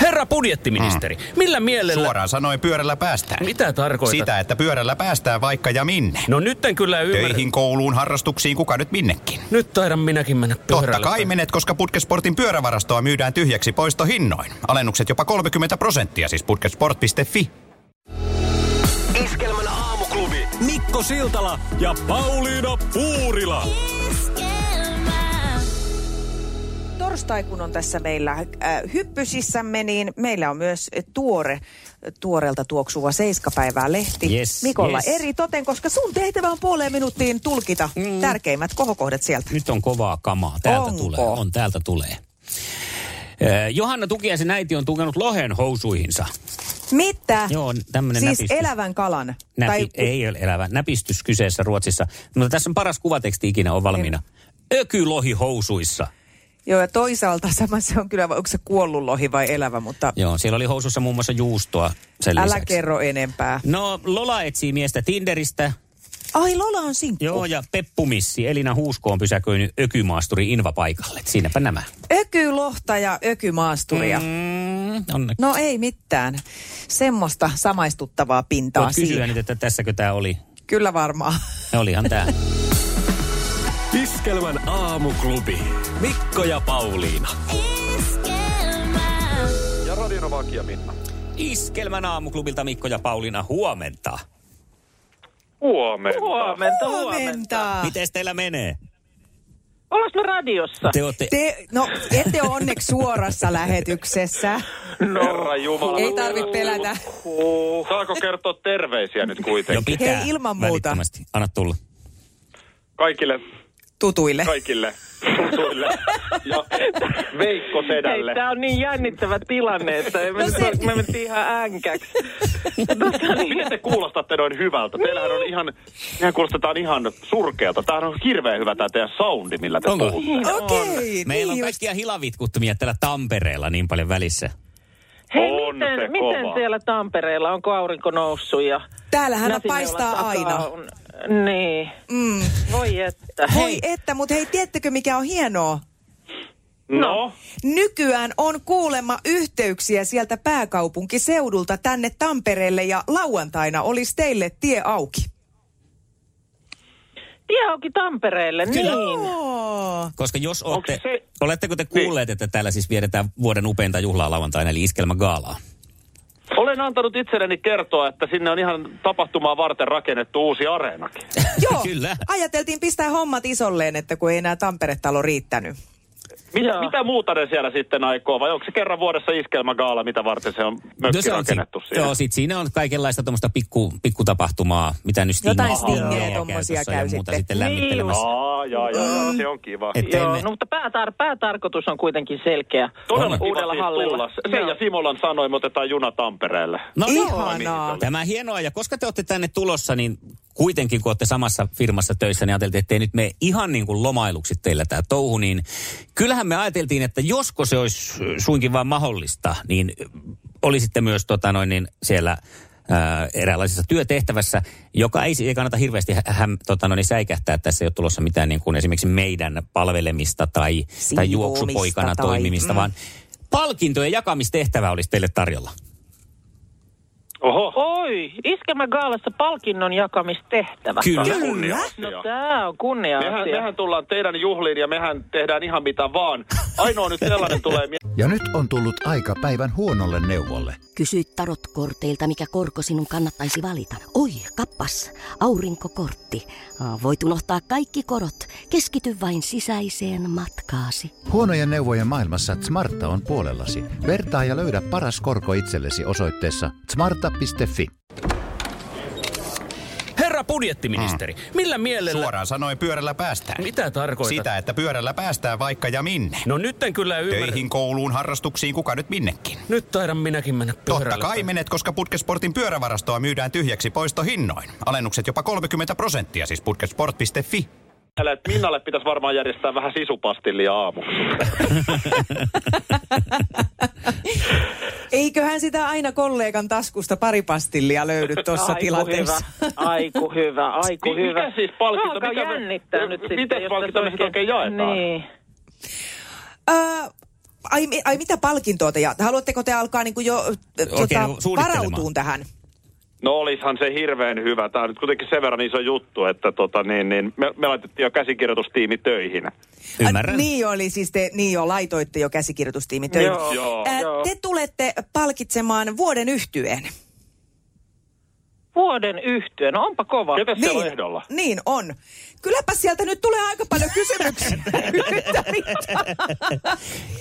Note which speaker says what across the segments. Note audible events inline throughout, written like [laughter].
Speaker 1: Herra budjettiministeri, mm. millä mielellä...
Speaker 2: Suoraan sanoen pyörällä päästään.
Speaker 1: Mitä tarkoitat?
Speaker 2: Sitä, että pyörällä päästään vaikka ja minne.
Speaker 1: No nyt en kyllä ymmärrä.
Speaker 2: Töihin, kouluun, harrastuksiin, kuka nyt minnekin.
Speaker 1: Nyt taidan minäkin mennä pyörällä.
Speaker 2: Totta kai menet, koska Putkesportin pyörävarastoa myydään tyhjäksi poistohinnoin. Alennukset jopa 30 prosenttia, siis putkesport.fi.
Speaker 3: Iskelmän aamuklubi. Mikko Siltala ja Pauliina Puurila.
Speaker 4: torstai, kun on tässä meillä äh, hyppysissämme, niin meillä on myös tuore, tuoreelta tuoksuva seiskapäivää lehti
Speaker 5: Yes,
Speaker 4: Mikolla
Speaker 5: yes.
Speaker 4: eri toten, koska sun tehtävä on puoleen minuuttiin tulkita mm. tärkeimmät kohokohdat sieltä.
Speaker 5: Nyt on kovaa kamaa. Täältä
Speaker 4: Onko?
Speaker 5: tulee. On, täältä tulee. Eh, Johanna Tukiaisen äiti on tukenut lohen housuihinsa.
Speaker 4: Mitä?
Speaker 5: Joo, tämmönen
Speaker 4: Siis
Speaker 5: näpistys.
Speaker 4: elävän kalan.
Speaker 5: Näpi, Ei ole elävä. Näpistys kyseessä Ruotsissa. Mutta tässä on paras kuvateksti ikinä, on valmiina.
Speaker 4: Niin.
Speaker 5: Ökylohi housuissa.
Speaker 4: Joo, ja toisaalta [laughs] sama se on kyllä, onko se kuollut lohi vai elävä, mutta
Speaker 5: Joo, siellä oli housussa muun muassa juustoa sen
Speaker 4: älä
Speaker 5: lisäksi.
Speaker 4: kerro enempää.
Speaker 5: No, Lola etsii miestä Tinderistä.
Speaker 4: Ai, Lola on sinkku.
Speaker 5: Joo, ja Peppumissi Elina Huusko on pysäköinyt ökymaasturi Inva paikalle. Siinäpä nämä.
Speaker 4: Ökylohta ja ökymaasturia. Mm.
Speaker 5: Mm, on,
Speaker 4: No ei mitään. Semmoista samaistuttavaa pintaa
Speaker 5: voit kysyä
Speaker 4: siinä.
Speaker 5: nyt, että tässäkö tämä oli.
Speaker 4: Kyllä varmaan.
Speaker 5: No, olihan tämä.
Speaker 3: Iskelmän aamuklubi. Mikko ja Pauliina.
Speaker 6: Ja Radionovakia Minna.
Speaker 5: Iskelmän aamuklubilta Mikko ja Pauliina, huomenta.
Speaker 6: Huomenta.
Speaker 7: Huomenta, huomenta.
Speaker 4: Huomenta.
Speaker 5: Miten teillä menee?
Speaker 7: Olis me radiossa?
Speaker 5: Te olette...
Speaker 4: Te, no, ette ole onneksi suorassa lähetyksessä.
Speaker 6: No, Herra Jumala.
Speaker 4: Ei tarvitse pelätä.
Speaker 6: Saako kertoa terveisiä nyt
Speaker 5: No
Speaker 6: kuitenkin?
Speaker 5: pitää
Speaker 4: Hei, ilman muuta.
Speaker 5: välittömästi. Anna tulla.
Speaker 6: Kaikille,
Speaker 4: Tutuille.
Speaker 6: kaikille suille ja Veikko
Speaker 7: Hei,
Speaker 6: Sedälle.
Speaker 7: tää on niin jännittävä tilanne, että me,
Speaker 4: No
Speaker 7: no
Speaker 4: se-
Speaker 7: se... me mentiin ihan äänkäksi. Tässä on
Speaker 6: Miten
Speaker 7: ihan-
Speaker 6: te kuulostatte noin hyvältä? Teillähän
Speaker 7: Niin.
Speaker 6: on ihan, ihan kuulostetaan ihan surkealta. Tämähän on hirveän hyvä tämä teidän soundi, millä te
Speaker 5: Onko?
Speaker 7: Niin.
Speaker 6: puhutte.
Speaker 4: Okei,
Speaker 5: Meillä on
Speaker 4: niin just.
Speaker 5: kaikkia hilavitkuttumia täällä Tampereella niin paljon välissä.
Speaker 7: Hei,
Speaker 6: On se
Speaker 7: miten,
Speaker 6: kova.
Speaker 7: miten siellä Tampereella, onko aurinko noussut ja...
Speaker 4: Täällähän
Speaker 7: näsinä
Speaker 4: paistaa
Speaker 7: ollaan
Speaker 4: aina.
Speaker 7: takaa On... Niin.
Speaker 4: Mm.
Speaker 7: Voi että.
Speaker 4: Voi että, mutta hei, tiedättekö mikä on hienoa?
Speaker 6: No,
Speaker 4: Nykyään on kuulemma yhteyksiä sieltä pääkaupunkiseudulta tänne Tampereelle ja lauantaina olisi teille tie auki.
Speaker 7: Tie auki Tampereelle,
Speaker 5: Kyllä.
Speaker 7: niin.
Speaker 4: Oh.
Speaker 5: Koska jos olette,
Speaker 6: se- Niin.
Speaker 5: oletteko te kuulleet, että täällä siis viedetään vuoden upeinta juhlaa lauantaina, eli iskelmägaalaa?
Speaker 6: olen antanut itselleni kertoa, että sinne on ihan tapahtumaa varten rakennettu uusi areenakin.
Speaker 4: Joo,
Speaker 5: Kyllä.
Speaker 4: ajateltiin pistää hommat isolleen, että kun ei enää Tampere-talo riittänyt.
Speaker 6: Mitä,
Speaker 7: Joo.
Speaker 6: mitä muuta ne siellä sitten aikoo? Vai onko se kerran vuodessa iskelmägaala, mitä varten se on mökki
Speaker 5: No se on
Speaker 6: rakennettu
Speaker 5: si-
Speaker 6: siinä?
Speaker 5: Joo, sit siinä on kaikenlaista tuommoista pikku, pikkutapahtumaa, mitä nyt stingejä
Speaker 4: Jotain
Speaker 5: on
Speaker 4: stingejä
Speaker 5: käytössä
Speaker 4: tommosia
Speaker 5: ja
Speaker 4: käy
Speaker 5: muuta
Speaker 4: sitten.
Speaker 5: sitten
Speaker 7: Niin.
Speaker 5: lämmittelemässä.
Speaker 6: Aa, jaa, jaa, jaa, se on kiva.
Speaker 5: Et
Speaker 7: Joo,
Speaker 5: teemme-
Speaker 7: no, mutta päätar- päätarkoitus on kuitenkin selkeä.
Speaker 6: Todella
Speaker 7: uudella
Speaker 6: kiva siis tulla.
Speaker 7: hallilla.
Speaker 6: Se
Speaker 7: Joo.
Speaker 6: ja Simolan sanoi, me otetaan juna Tampereelle.
Speaker 5: No niin.
Speaker 4: Ihanaa.
Speaker 5: Tämä hienoa, ja koska te olette tänne tulossa, niin kuitenkin kun olette samassa firmassa töissä, niin ajateltiin, että ei nyt mene ihan niin kuin lomailuksi teillä tämä touhu, niin kyllähän me ajateltiin, että josko se olisi suinkin vain mahdollista, niin olisitte myös tota noin, niin siellä ää, eräänlaisessa työtehtävässä, joka ei, ei kannata hirveästi hä- häm, tota noin, säikähtää. Tässä ei ole tulossa mitään niin kuin esimerkiksi meidän palvelemista tai, tai
Speaker 4: Siivoamista
Speaker 5: juoksupoikana
Speaker 4: tai-
Speaker 5: toimimista,
Speaker 4: mm.
Speaker 5: vaan palkintojen jakamistehtävä olisi teille tarjolla.
Speaker 6: Oho,
Speaker 7: Oi, iskemä gaalassa palkinnon jakamistehtävä.
Speaker 5: Kyllä.
Speaker 6: kunnia.
Speaker 7: No tää on kunnia
Speaker 6: Mehän,
Speaker 7: asia.
Speaker 6: mehän tullaan teidän juhliin ja mehän tehdään ihan mitä vaan. Ainoa nyt
Speaker 7: [laughs]
Speaker 6: sellainen tulee mieleen,
Speaker 8: Ja nyt on tullut aika päivän huonolle neuvolle.
Speaker 9: Kysy tarotkorteilta, mikä korko sinun kannattaisi valita. Oi, kappas, aurinkokortti. Aa, Voit unohtaa kaikki korot. Keskity vain sisäiseen matkaasi.
Speaker 8: Huonojen neuvojen maailmassa Smarta on puolellasi. Vertaa ja löydä paras korko itsellesi osoitteessa smarta.fi.
Speaker 1: Herra budjettiministeri, mm. millä mielellä...
Speaker 2: Suoraan sanoen pyörällä päästään.
Speaker 1: Mitä tarkoitat?
Speaker 2: Sitä, että pyörällä päästään vaikka ja minne.
Speaker 1: No nyt en kyllä ymmärrä.
Speaker 2: Töihin, kouluun, harrastuksiin, kuka nyt minnekin.
Speaker 1: Nyt taidan minäkin mennä pyörällä.
Speaker 2: Totta kai menet, koska Putkesportin pyörävarastoa myydään tyhjäksi poistohinnoin. Alennukset jopa 30 prosenttia, siis putkesport.fi.
Speaker 6: että Minnalle pitäisi varmaan järjestää vähän sisupastillia aamuksi.
Speaker 4: Eiköhän sitä aina kollegan taskusta pari pastillia löydy tuossa
Speaker 7: Aiku
Speaker 4: tilanteessa.
Speaker 7: Hyvä.
Speaker 4: [laughs]
Speaker 7: Aiku hyvä, aiku
Speaker 6: Mi-
Speaker 7: hyvä.
Speaker 6: mikä siis palkinto,
Speaker 7: Mä alkaa
Speaker 6: mikä me-
Speaker 7: jännittää
Speaker 6: mi-
Speaker 7: nyt
Speaker 6: miten
Speaker 7: sitten. jos
Speaker 6: palkinto
Speaker 7: tässä
Speaker 6: me sitten oikein jaetaan?
Speaker 7: Niin.
Speaker 4: Ö, Ai, mi- ai mitä palkintoa te ja Haluatteko te alkaa niin kuin jo ö, tota,
Speaker 5: niin kuin
Speaker 4: varautuun tähän?
Speaker 6: No olishan se hirveän hyvä. Tämä on nyt kuitenkin sen verran iso juttu, että tota, niin, niin, me, me laitettiin jo käsikirjoitustiimi töihin.
Speaker 7: No
Speaker 5: Ymmärrän.
Speaker 4: Ai, niin oli siis te, niin jo, laitoitte jo käsikirjoitustiimi töihin.
Speaker 6: Joo, joo,
Speaker 4: Ää,
Speaker 6: joo.
Speaker 4: Te tulette palkitsemaan vuoden yhtyeen.
Speaker 7: Vuoden yhtyö, no onpa kova.
Speaker 6: Ketä siellä on ehdolla?
Speaker 4: Niin on. Kylläpä sieltä nyt tulee aika paljon
Speaker 7: [laughs]
Speaker 4: kysymyksiä. Yhtä mittaa.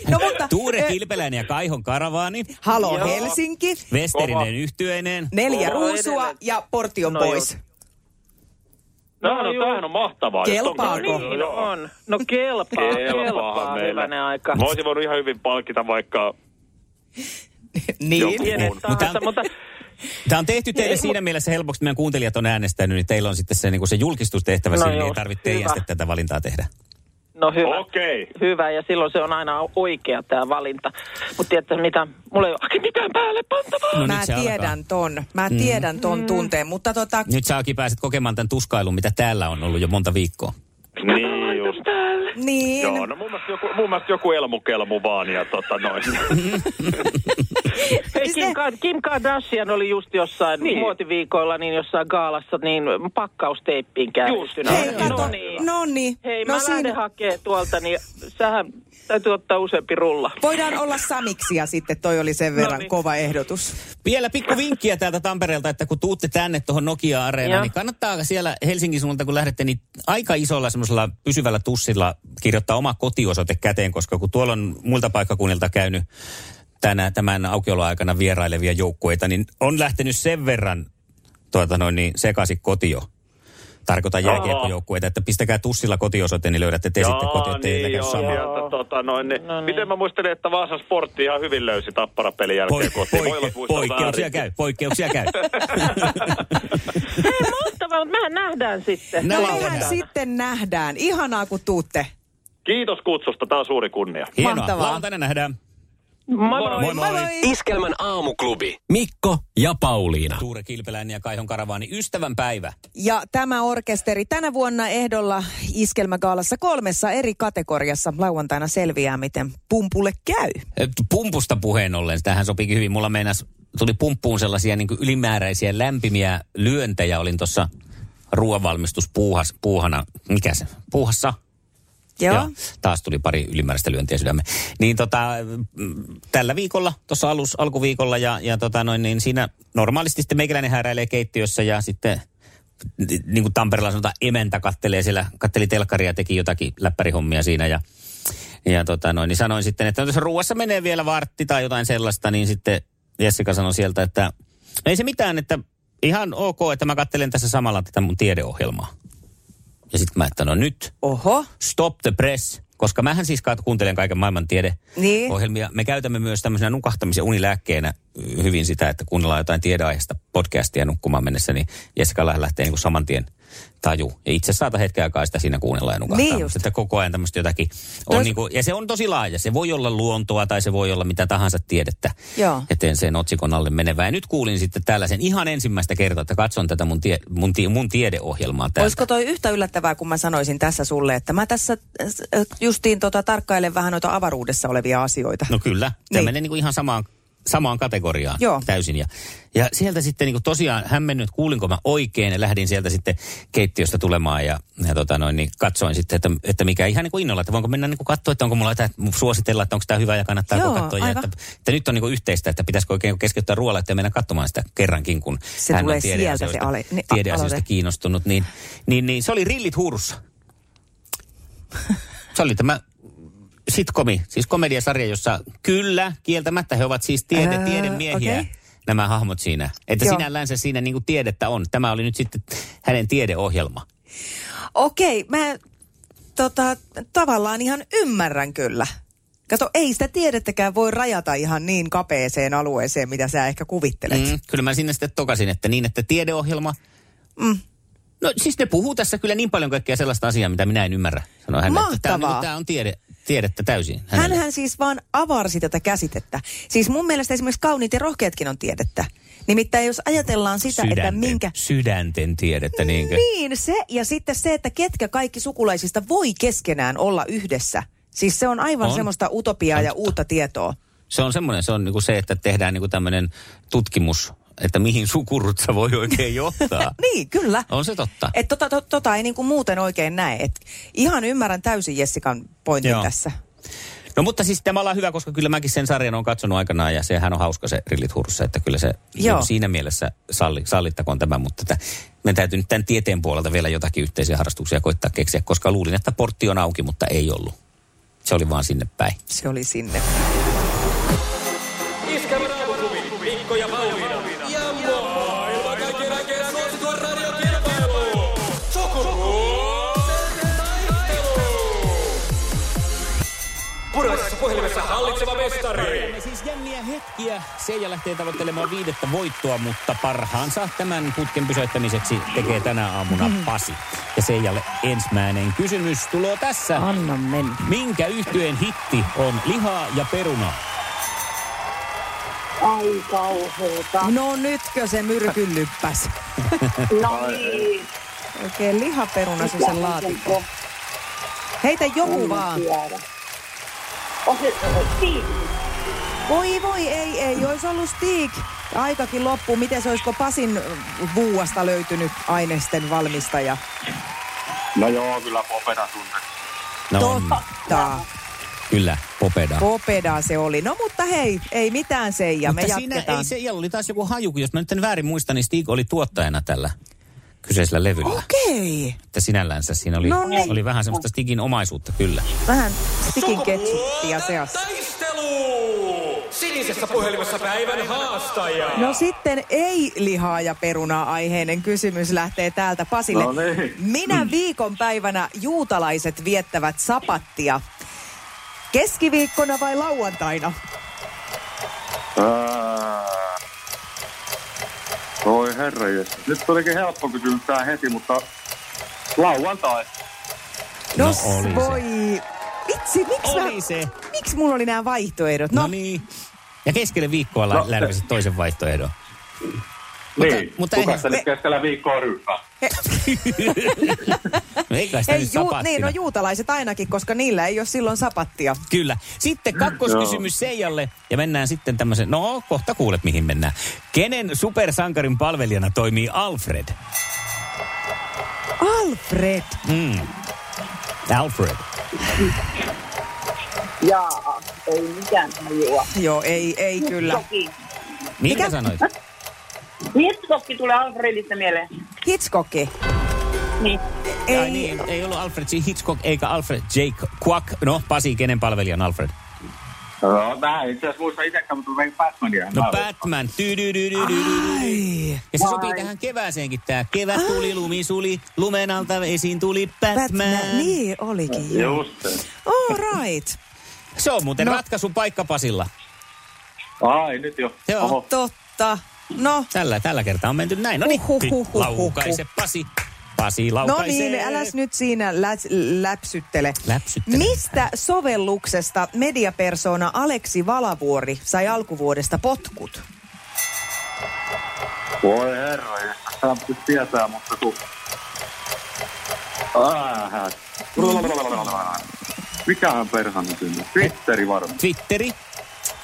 Speaker 4: no mutta...
Speaker 5: Tuure
Speaker 4: eh,
Speaker 5: Kilpeläinen ja Kaihon Karavaani.
Speaker 4: Halo
Speaker 7: Joo.
Speaker 4: Helsinki,
Speaker 5: Vesterinen
Speaker 6: Kova.
Speaker 5: yhtyeineen.
Speaker 4: neljä
Speaker 7: Kova
Speaker 4: ruusua
Speaker 7: edelleen.
Speaker 4: ja portion
Speaker 7: No
Speaker 4: pois.
Speaker 6: Tämähän on,
Speaker 7: joo.
Speaker 6: tämähän on mahtavaa. jos
Speaker 4: Kelpaako?
Speaker 6: tommonen-
Speaker 7: Niin
Speaker 6: Joo.
Speaker 7: on. No kelpaa, kelpaa, hyvänen aika.
Speaker 6: Mä olisin voinut ihan hyvin palkita vaikka...
Speaker 4: niin.
Speaker 6: Joku.
Speaker 7: Pienet
Speaker 6: Mutta-
Speaker 7: tahansa, mutta
Speaker 5: Tämä on tehty teille siinä mielessä helpoksi, että meidän kuuntelijat on äänestänyt, niin teillä on sitten se, niin kuin se julkistustehtävä
Speaker 7: No
Speaker 5: no siinä,
Speaker 7: joo,
Speaker 5: niin ei tarvitse teidän
Speaker 7: hyvä.
Speaker 5: sitten tätä valintaa tehdä.
Speaker 7: no hyvä.
Speaker 6: Okei. Okay.
Speaker 7: Hyvä, ja silloin se on aina oikea tämä valinta. Mutta tiedätkö mitä, mulla ei ole oikein mitään päälle pantavaa.
Speaker 5: No
Speaker 4: Mä
Speaker 5: nyt se
Speaker 4: tiedän
Speaker 5: alkaa. Mm.
Speaker 4: ton, mä tiedän
Speaker 7: Mm.
Speaker 4: ton tunteen, mutta tota,
Speaker 5: Nyt saakin pääset kokemaan tämän tuskailun, mitä täällä on ollut jo monta viikkoa.
Speaker 6: Niin just.
Speaker 4: niin.
Speaker 6: Joo, no mun mielestä joku, mun mielestä joku elmukelmu vaan ja tota
Speaker 5: [laughs]
Speaker 6: noin.
Speaker 7: Hei,
Speaker 4: Siis
Speaker 7: Kim,
Speaker 4: ne-
Speaker 7: Ka- Kim Kardashian oli just jossain niin. muotiviikoilla, niin jossain gaalassa, niin pakkausteippiin kärjistynä.
Speaker 4: Hei,
Speaker 7: No
Speaker 4: kato,
Speaker 7: niin.
Speaker 4: no niin.
Speaker 7: Hei,
Speaker 4: no
Speaker 7: mä lähden hakee tuolta, niin sähän täytyy ottaa useampi rulla.
Speaker 4: Voidaan olla samiksia sitten, toi oli sen verran
Speaker 7: niin.
Speaker 4: kova ehdotus.
Speaker 5: Vielä pikku vinkkiä täältä Tampereelta, että kun tuutte tänne tuohon Nokia-areenaan,
Speaker 7: Joo.
Speaker 5: niin kannattaa siellä Helsingin suunnalta, kun lähdette, niin aika isolla semmoisella pysyvällä tussilla kirjoittaa oma kotiosoite käteen, koska kun tuolla on muilta paikkakunnilta käynyt tänä, tämän aukioloaikana vierailevia joukkueita, niin on lähtenyt sen verran tuota noin, niin sekaisin kotio. Tarkoitan jääkiekkojoukkueita, että pistäkää tussilla kotiosoite, niin löydätte te sitten kotio teillä
Speaker 6: niin, joo, sieltä, tota, noin, niin.
Speaker 7: No niin.
Speaker 6: Miten mä muistelin, että Vaasan sportti ihan hyvin löysi tappara pelin jälkeen kotiin. Voi olla, että muistan
Speaker 5: Poikkeuksia
Speaker 6: väärin.
Speaker 5: käy, poikkeuksia käy.
Speaker 6: [laughs]
Speaker 7: Hei, mahtavaa, mutta mehän nähdään sitten.
Speaker 5: Näin
Speaker 4: No Mehän
Speaker 5: tehdään.
Speaker 4: sitten nähdään. Ihanaa, kun tuutte.
Speaker 6: Kiitos kutsusta, tää on suuri kunnia.
Speaker 5: Hienoa.
Speaker 4: Mahtavaa.
Speaker 5: Lauantaina nähdään.
Speaker 7: Moi moi.
Speaker 5: Moi moi.
Speaker 3: Iskelmän aamuklubi. Mikko ja Pauliina.
Speaker 5: Tuure Kilpeläinen ja Kaihon Karavaani. Ystävän päivä.
Speaker 4: Ja tämä orkesteri tänä vuonna ehdolla Iskelmägaalassa kolmessa eri kategoriassa. Lauantaina selviää, miten pumpulle käy.
Speaker 5: Ö, Pumpusta puheen ollen, tähän sopikin hyvin. Mulla meinas, tuli pumppuun sellaisia niin kuin ylimääräisiä lämpimiä lyöntejä. Olin tuossa ruoanvalmistuspuuhana, mikä se, puuhassa.
Speaker 4: Joo.
Speaker 5: Taas tuli pari ylimääräistä lyöntiä sydämme. Niin tota, mm, tällä viikolla, tuossa alus, alkuviikolla ja, ja tota noin, niin siinä normaalisti sitten meikäläinen hääräilee keittiössä ja sitten ni- niin kuin Tampereella sanotaan, emäntä kattelee siellä, katteli telkkaria ja teki jotakin läppärihommia siinä ja ja tota noin, niin sanoin sitten, että jos ruuassa menee vielä vartti tai jotain sellaista, niin sitten Jessica sanoi sieltä, että no ei se mitään, että ihan ok, että mä kattelen tässä samalla tätä mun tiedeohjelmaa. Ja sitten mä, että no nyt,
Speaker 4: Oho.
Speaker 5: stop the press, koska mähän siis kat- kuuntelen kaiken maailman
Speaker 4: Niin.
Speaker 5: tiedeohjelmia. Me käytämme myös tämmöisenä nukahtamisen unilääkkeenä y- hyvin sitä, että kuunnellaan jotain tiedeaiheesta podcastia nukkumaan mennessä, niin Jessica lähtee niin kuin saman tien taju. Ja itse saata hetken aikaa sitä siinä kuunnella ja nukahtaa.
Speaker 4: Niin
Speaker 5: Mutta
Speaker 4: just.
Speaker 5: Että koko ajan tämmöistä jotakin on
Speaker 4: Tois-
Speaker 5: niin kuin, ja se on tosi laaja. Se voi olla luontoa tai se voi olla mitä tahansa tiedettä
Speaker 4: Joo.
Speaker 5: eteen sen otsikon alle menevää. Ja nyt kuulin sitten tällaisen ihan ensimmäistä kertaa, että katson tätä mun, tie, mun, tie, mun tiedeohjelmaa täältä.
Speaker 4: Olisiko toi yhtä yllättävää, kun mä sanoisin tässä sulle, että mä tässä äh, justiin tota, tarkkailen vähän noita avaruudessa olevia asioita.
Speaker 5: No kyllä, tämä
Speaker 4: Niin.
Speaker 5: niin. menee niin kuin ihan samaan, samaan kategoriaan
Speaker 4: Joo.
Speaker 5: täysin. Ja, ja sieltä sitten niin kuin tosiaan hämmennyt, kuulinko mä oikein ja lähdin sieltä sitten keittiöstä tulemaan ja, ja tota noin, niin katsoin sitten, että, että mikä ihan niin kuin innolla, että voinko mennä niin kuin katsoa, että onko mulla jotain suositella, että onko tämä hyvä ja kannattaa
Speaker 4: Joo,
Speaker 5: katsoa. Ja
Speaker 4: aivan.
Speaker 5: että, että, nyt on niin kuin yhteistä, että pitäisikö oikein keskeyttää ruoalla, että mennä katsomaan sitä kerrankin, kun
Speaker 4: Se
Speaker 5: hän
Speaker 4: tulee
Speaker 5: on
Speaker 4: sieltä se
Speaker 5: tiedeasioista,
Speaker 4: ale- ne- a-
Speaker 5: tiedeasioista
Speaker 4: aloite.
Speaker 5: kiinnostunut. Niin, niin, niin se oli rillit huurussa. Se oli tämä sitkomi, siis komediasarja, jossa kyllä, kieltämättä he ovat siis tiede,
Speaker 4: Ää,
Speaker 5: tiedemiehiä.
Speaker 4: okei.
Speaker 5: Nämä hahmot siinä. Että
Speaker 4: Joo.
Speaker 5: Joo. sinällänsä siinä niin tiedettä on. Tämä oli nyt sitten hänen tiedeohjelma.
Speaker 4: Okei, mä tota, tavallaan ihan ymmärrän kyllä. Kato, ei sitä tiedettäkään voi rajata ihan niin kapeeseen alueeseen, mitä sä ehkä kuvittelet.
Speaker 5: Mm, kyllä mä sinne sitten tokasin, että niin, että tiedeohjelma. Mm. No siis ne puhuu tässä kyllä niin paljon kaikkea sellaista asiaa, mitä minä en ymmärrä, sanoi hän. Tämä on, niin
Speaker 4: Mahtavaa.
Speaker 5: kuin, tämä on tiede, tiedettä täysin. hänelle.
Speaker 4: Hänhän siis vaan avarsi tätä käsitettä. Siis mun mielestä esimerkiksi kauniit ja rohkeatkin on tiedettä. Nimittäin jos ajatellaan sitä, että minkä...
Speaker 5: Sydänten tiedettä, niinkö?
Speaker 4: Niin se, ja sitten se, että ketkä kaikki sukulaisista voi keskenään olla yhdessä. Siis se on aivan
Speaker 5: On.
Speaker 4: on. semmoista utopiaa ja uutta tietoa.
Speaker 5: Se on semmoinen, se on niinku se, että tehdään niinku tämmöinen tutkimus, että mihin sukurutsa voi
Speaker 4: [laughs]
Speaker 5: oikein johtaa.
Speaker 4: Niin, kyllä.
Speaker 5: On se totta.
Speaker 4: Et tota, to, tota ei niinku muuten oikein näe. Et ihan ymmärrän täysin Jessikan pointin
Speaker 5: Joo.
Speaker 4: Joo. tässä.
Speaker 5: No mutta siis tämä on kyllä hyvä, koska kyllä mäkin sen sarjan on katsonut aikanaan ja sehän on hauska se Rillit hurussa, että kyllä se niin
Speaker 4: Joo.
Speaker 5: siinä mielessä salli, sallittakoon tämä, mutta että me täytyy nyt tämän tieteen puolelta vielä jotakin yhteisiä harrastuksia koittaa keksiä, koska luulin, että portti on auki, mutta ei ollut. Se oli vaan sinne päin.
Speaker 4: Se oli sinne.
Speaker 5: Olemme siis jänniä hetkiä. Seija lähtee tavoittelemaan viidettä voittoa, mutta parhaansa tämän putken pysäyttämiseksi tekee tänä aamuna
Speaker 10: Mhm.
Speaker 5: Pasi. Ja Seijalle ensimmäinen kysymys tulee tässä.
Speaker 10: Anna mennä.
Speaker 5: Minkä yhtyeen hitti on lihaa ja peruna?
Speaker 11: Ai kauheeta.
Speaker 4: No nytkö se myrky lyppäs?
Speaker 11: No niin.
Speaker 4: Oikein lihaperuna se sen laatikko. Heitä
Speaker 11: Niin
Speaker 4: joku vaan.
Speaker 11: Otetaan
Speaker 4: Voi voi, ei, ei, olisi ollut stiik. Aikakin loppu. Miten se olisiko Pasin äh, vuuasta löytynyt ainesten valmistaja?
Speaker 6: No joo, kyllä popena tunne.
Speaker 5: No, on.
Speaker 4: Totta.
Speaker 5: kyllä, popeda.
Speaker 4: Popeda se oli. No mutta hei, ei mitään Seija, me
Speaker 5: Mutta siinä
Speaker 4: jatketaan.
Speaker 5: ei Seijalla oli taas joku haju, kun jos mä nyt en väärin muista, niin Stig oli tuottajana tällä kyseisellä levyllä.
Speaker 4: Okei.
Speaker 5: Että sinällänsä siinä oli,
Speaker 4: Oh! No niin. No
Speaker 5: oli vähän semmoista Stigin omaisuutta kyllä.
Speaker 4: Vähän stikin ketsuppia seassa.
Speaker 3: Sinisessä puhelimessa päivän haastaja.
Speaker 4: No sitten ei lihaa ja perunaa aiheinen kysymys lähtee täältä Pasille.
Speaker 6: No niin.
Speaker 5: Mm.
Speaker 4: Minä viikonpäivänä juutalaiset viettävät sapattia. Keskiviikkona vai lauantaina?
Speaker 6: Oi herra Nyt tulikin helppo kysymys tää heti, mutta lauantai.
Speaker 5: No
Speaker 4: Nos,
Speaker 5: oli se.
Speaker 4: voi. Vitsi, miksi
Speaker 5: Oli
Speaker 4: mä,
Speaker 5: se.
Speaker 4: Miksi mulla oli nämä vaihtoehdot?
Speaker 5: No niin. Ja keskelle viikkoa no.
Speaker 6: No.
Speaker 5: lärvisit
Speaker 4: [laughs]
Speaker 5: toisen vaihtoehdon.
Speaker 6: Niin,
Speaker 5: mutta
Speaker 6: mutta
Speaker 5: eihän-
Speaker 6: kuka sitä nyt keskellä viikkoa ryppää?
Speaker 5: No Eikä sitä
Speaker 4: Ei,
Speaker 5: nyt
Speaker 4: juu,
Speaker 5: sapattina.
Speaker 4: niin, no juutalaiset ainakin, koska niillä ei ole silloin sapattia.
Speaker 5: Kyllä. Sitten kakkoskysymys Seijalle ja mennään sitten tämmöisen, no kohta kuulet mihin mennään. Kenen supersankarin palvelijana toimii Alfred?
Speaker 4: Alfred,
Speaker 5: Alfred.
Speaker 11: Jaa, ei mitään hajua.
Speaker 4: joo, ei, ei kyllä.
Speaker 11: Hitchcock.
Speaker 5: Minkä
Speaker 4: Mikä?
Speaker 5: sanoit?
Speaker 11: Hitchcock tulee Alfredista mieleen.
Speaker 4: Hitchcocki.
Speaker 11: Niin.
Speaker 4: Ei,
Speaker 5: Ai niin, ei ollut Alfred G. Hitchcock eikä Alfred Jake Quack. No, Pasi, kenen palvelija on Alfred?
Speaker 6: No, mä en itse asiassa muista itsekään, mutta mä en Batmania.
Speaker 5: No Batman. Tydydydydydydy.
Speaker 4: Ai.
Speaker 5: Ja se sopii tähän kevääseenkin tää. Kevät tuli, lumi suli, lumen alta esiin tuli Batman.
Speaker 4: Batman. Niin olikin. Joo.
Speaker 6: Just se.
Speaker 4: All right.
Speaker 5: Se on muuten no. ratkaisun paikka Pasilla.
Speaker 6: Ai, nyt jo.
Speaker 5: Joo.
Speaker 6: Oho.
Speaker 4: Totta. No,
Speaker 5: Tällä, tällä kertaa on menty näin. No niin,
Speaker 4: Uhuhuhuhuhu.
Speaker 5: laukaise Pasi. Pasi
Speaker 4: no
Speaker 5: laukaise.
Speaker 4: niin, äläs nyt siinä lä- läpsyttele.
Speaker 5: Läpsyttele.
Speaker 4: Mistä sovelluksesta mediapersona Aleksi Valavuori sai alkuvuodesta potkut?
Speaker 6: Voi herra, tämä pitäisi tietää, mutta kun... Äähä. Mikähän perhana synny? Twitteri varmaan.
Speaker 5: Twitteri.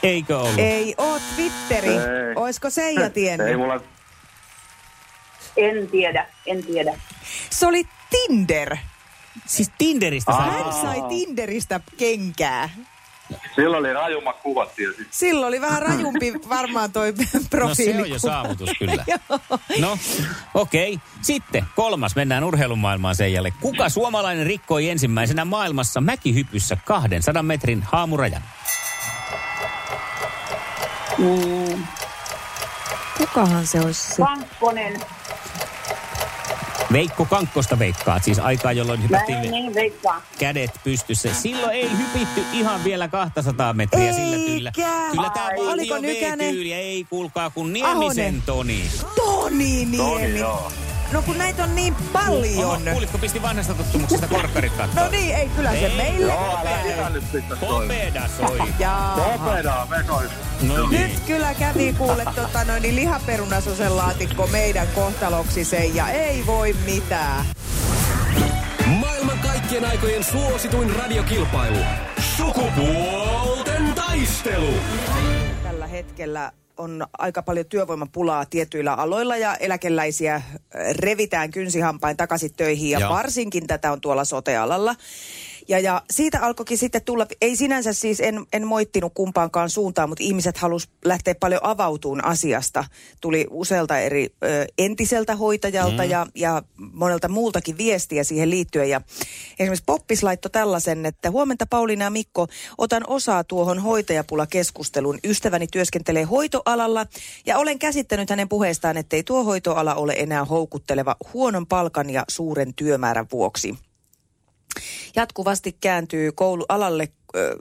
Speaker 5: Eikö ollut?
Speaker 4: Ei oo Twitteri.
Speaker 6: Ei.
Speaker 4: Oisko Seija
Speaker 6: Ei
Speaker 4: tiennyt?
Speaker 6: mulla...
Speaker 11: En tiedä, en tiedä.
Speaker 4: Se oli Tinder.
Speaker 5: Siis Tinderistä
Speaker 6: Aa.
Speaker 4: Hän sai Tinderistä kenkää.
Speaker 6: Silloin oli rajummat kuvat tietysti.
Speaker 4: Silloin oli vähän rajumpi varmaan toi
Speaker 5: No
Speaker 4: profiili.
Speaker 5: se on jo saavutus kyllä.
Speaker 4: [laughs] Joo.
Speaker 5: No, okei. Okay. Sitten kolmas, mennään urheilumaailmaan Seijalle. Kuka suomalainen rikkoi ensimmäisenä maailmassa mäkihypyssä 200 metrin haamurajan?
Speaker 11: Mm.
Speaker 4: Kukahan se olisi se?
Speaker 11: Kankkonen.
Speaker 5: Veikko Kankkosta veikkaat, siis aikaa jolloin
Speaker 11: Mä
Speaker 5: hypättiin
Speaker 11: en niin veikkaa.
Speaker 5: kädet pystyssä. Silloin ei hypitty ihan vielä 200 metriä sillä tyllä.
Speaker 4: Eikä.
Speaker 5: Kyllä tämä
Speaker 4: Ai.
Speaker 5: vaatii
Speaker 4: Oliko
Speaker 5: jo
Speaker 4: Nykänen?
Speaker 5: V-tyyliä, ei kuulkaa kun
Speaker 4: Ahonen.
Speaker 5: Niemisen Toni.
Speaker 4: Toni
Speaker 6: Toni,
Speaker 4: Niemi.
Speaker 6: joo.
Speaker 4: No kun näitä on niin
Speaker 5: Oho,
Speaker 4: paljon.
Speaker 5: kuulitko, pisti vanhasta tottumuksesta korkkarit kattoon.
Speaker 4: No niin, ei kyllä se
Speaker 5: Ei.
Speaker 4: meille.
Speaker 6: Joo, älä sitä nyt pistä toimia.
Speaker 5: Popeda soi.
Speaker 4: Jaa.
Speaker 6: Nopeetaan, vekois.
Speaker 5: No niin.
Speaker 4: Nyt kyllä kävi kuule tota noin niin lihaperunasosen laatikko meidän kohtaloksi Seija. Ei voi mitään.
Speaker 3: Maailman kaikkien aikojen suosituin radiokilpailu. Sukupuolten taistelu.
Speaker 4: Tällä hetkellä on aika paljon työvoimapulaa tietyillä aloilla ja eläkeläisiä äh, revitään kynsihampain takaisin töihin ja
Speaker 5: Joo.
Speaker 4: varsinkin tätä on tuolla sotealalla. Ja, ja siitä alkoikin sitten tulla, ei sinänsä siis, en, en moittinut kumpaankaan suuntaan, mutta ihmiset halus lähteä paljon avautuun asiasta. Tuli usealta eri ö, entiseltä hoitajalta mm. ja, ja monelta muultakin viestiä siihen liittyen. Ja esimerkiksi Poppis laittoi tällaisen, että huomenta Pauliina ja Mikko, otan osaa tuohon hoitajapulakeskusteluun. Ystäväni työskentelee hoitoalalla ja olen käsittänyt hänen puheestaan, ettei tuo hoitoala ole enää houkutteleva huonon palkan ja suuren työmäärän vuoksi jatkuvasti kääntyy koulu, alalle ö,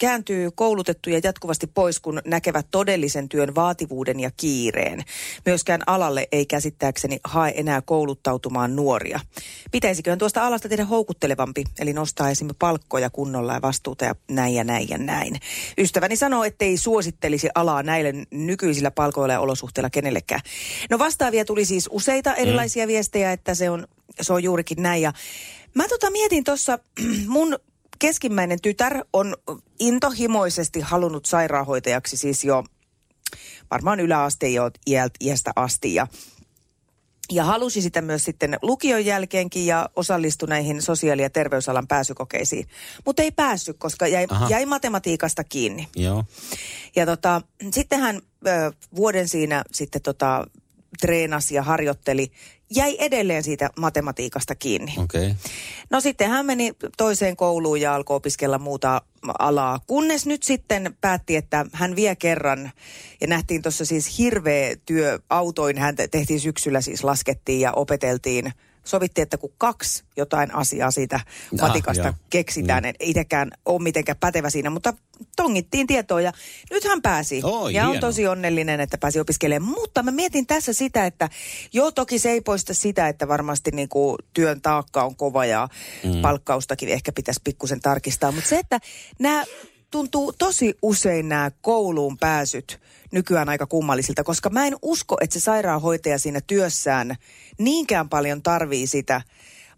Speaker 4: kääntyy koulutettuja jatkuvasti pois, kun näkevät todellisen työn vaativuuden ja kiireen. Myöskään alalle ei käsittääkseni hae enää kouluttautumaan nuoria. Pitäisiköhän tuosta alasta tehdä houkuttelevampi, eli nostaa esimerkiksi palkkoja kunnolla ja vastuuta ja näin ja näin ja näin. Ystäväni sanoo, ettei suosittelisi alaa näille nykyisillä palkoilla ja olosuhteilla kenellekään. No vastaavia tuli siis useita erilaisia mm. viestejä, että se on, se on juurikin näin. Ja Mä tota mietin tuossa, [clears throat] mun keskimmäinen tytär on intohimoisesti halunnut sairaanhoitajaksi siis jo varmaan yläaste jo iält- iästä asti ja ja halusi sitä myös sitten lukion jälkeenkin ja osallistui näihin sosiaali- ja terveysalan pääsykokeisiin. Mutta ei päässyt, koska jäi,
Speaker 5: Aha.
Speaker 4: jäi matematiikasta kiinni.
Speaker 5: Joo.
Speaker 4: Ja tota, sitten hän ö, vuoden siinä sitten tota, treenasi ja harjoitteli. Jäi edelleen siitä matematiikasta kiinni.
Speaker 5: Okei. Okay.
Speaker 4: No sitten hän meni toiseen kouluun ja alkoi opiskella muuta alaa, kunnes nyt sitten päätti, että hän vie kerran. Ja nähtiin tuossa siis hirveä työ autoin. Hän te- tehtiin syksyllä siis, laskettiin ja opeteltiin. Sovittiin, että kun kaksi jotain asiaa siitä
Speaker 5: Ah,
Speaker 4: matikasta
Speaker 5: joo. Mm.
Speaker 4: keksitään, en itsekään ole mitenkään pätevä siinä, mutta tongittiin tietoa ja nyt hän pääsi.
Speaker 5: Oi,
Speaker 4: ja on
Speaker 5: hienoa.
Speaker 4: tosi onnellinen, että pääsi opiskelemaan. Mutta mä mietin tässä sitä, että joo, toki se ei poista sitä, että varmasti niin kuin työn taakka on kova ja mm. palkkaustakin ehkä pitäisi pikkusen tarkistaa. Mutta se, että nämä tuntuu tosi usein nämä kouluun pääsyt nykyään aika kummallisilta, koska mä en usko, että se sairaanhoitaja siinä työssään niinkään paljon tarvii sitä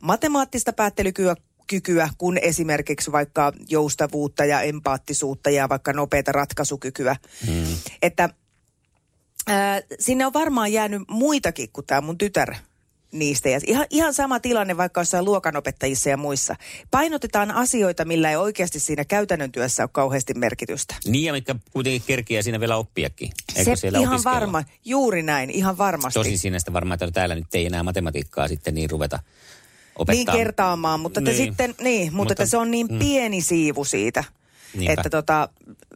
Speaker 4: matemaattista päättelykyä kykyä kuin esimerkiksi vaikka joustavuutta ja empaattisuutta ja vaikka nopeata ratkaisukykyä. Mm. Että Ää, sinne on varmaan jäänyt muitakin kuin tämä mun tytär niistä. Ja ihan, ihan sama tilanne vaikka jossain luokanopettajissa ja muissa. Painotetaan asioita, millä ei oikeasti siinä käytännön työssä ole kauheasti merkitystä.
Speaker 5: Niin ja mitkä kuitenkin kerkiä siinä vielä oppiakin. Eikö
Speaker 4: Se
Speaker 5: siellä
Speaker 4: ihan
Speaker 5: opiskella?
Speaker 4: varma, juuri näin, ihan varmasti.
Speaker 5: Tosin siinä sitä varmaan, että täällä nyt ei enää matematiikkaa sitten niin ruveta
Speaker 4: niin
Speaker 5: opettaa.
Speaker 4: kertaamaan, mutta niin.
Speaker 5: Niin.
Speaker 4: sitten, niin, mutta,
Speaker 5: Mutta-
Speaker 4: että se on niin mm. pieni siivu siitä.
Speaker 5: Niinpä.
Speaker 4: Että, tota,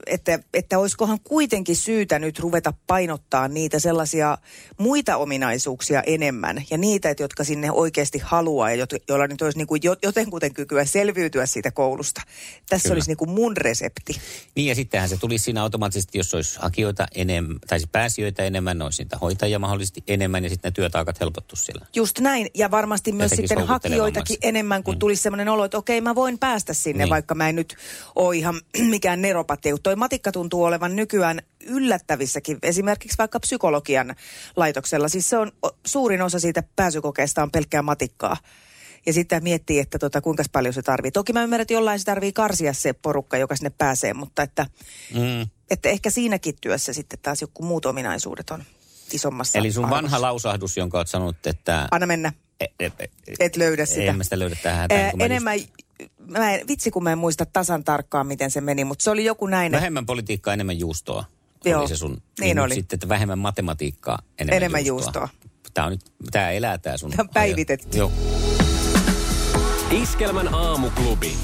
Speaker 4: että, että olisikohan kuitenkin syytä nyt ruveta painottaa niitä sellaisia muita ominaisuuksia enemmän ja niitä, että jotka sinne oikeasti haluaa ja jot- joilla nyt olisi niin kuin jotenkuten kykyä selviytyä siitä koulusta. Tässä Kyllä.
Speaker 5: Kyllä.
Speaker 4: olisi niin kuin mun resepti.
Speaker 5: Niin ja sittenhän se tulisi siinä automaattisesti, jos olisi hakijoita enemmän, tai siis pääsijöitä enemmän, olisi niitä hoitajia mahdollisesti enemmän ja sitten ne työtaakat helpottuisi siellä.
Speaker 4: Just näin, ja varmasti myös
Speaker 5: tekisi
Speaker 4: sitten hakijoitakin
Speaker 5: houkuttelevammaksi.
Speaker 4: enemmän, kun tulisi sellainen olo, että okei, mä voin päästä sinne, niin.
Speaker 5: Mm. Niin.
Speaker 4: vaikka mä en nyt ole ihan [clears throat] mikään neropatti. Toi matikka tuntuu olevan nykyään yllättävissäkin, esimerkiksi vaikka psykologian laitoksella. Siis se on o- suurin osa siitä pääsykokeesta on pelkkää matikkaa. Ja sitten miettii, että tota, kuinka paljon se tarvii. Toki mä ymmärrän, että jollain se tarvii karsia se porukka, joka sinne pääsee, mutta että,
Speaker 5: Mm.
Speaker 4: että ehkä siinäkin työssä sitten taas joku muut ominaisuudet on isommassa
Speaker 5: Eli sun
Speaker 4: arvossa.
Speaker 5: vanha lausahdus, jonka oot sanonut, että...
Speaker 4: Anna mennä.
Speaker 5: e- e- e-
Speaker 4: Et löydä sitä.
Speaker 5: En mä sitä löydä tähän.
Speaker 4: Ää,
Speaker 5: tämän, kun mä just-
Speaker 4: enemmän, mä en, vitsi kun mä en muista tasan tarkkaan, miten se meni, mutta se oli joku näin. että
Speaker 5: Vähemmän politiikkaa, enemmän juustoa.
Speaker 4: Joo.
Speaker 5: Oli se sun,
Speaker 4: Niin
Speaker 5: nyt
Speaker 4: oli.
Speaker 5: Sitten, että vähemmän matematiikkaa, enemmän,
Speaker 4: Enemmän
Speaker 5: Tämä on nyt, tämä elää tämä sun...
Speaker 4: Tää on päivitetty.
Speaker 5: Joo.
Speaker 3: Iskelmän aamuklubi.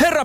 Speaker 1: Herra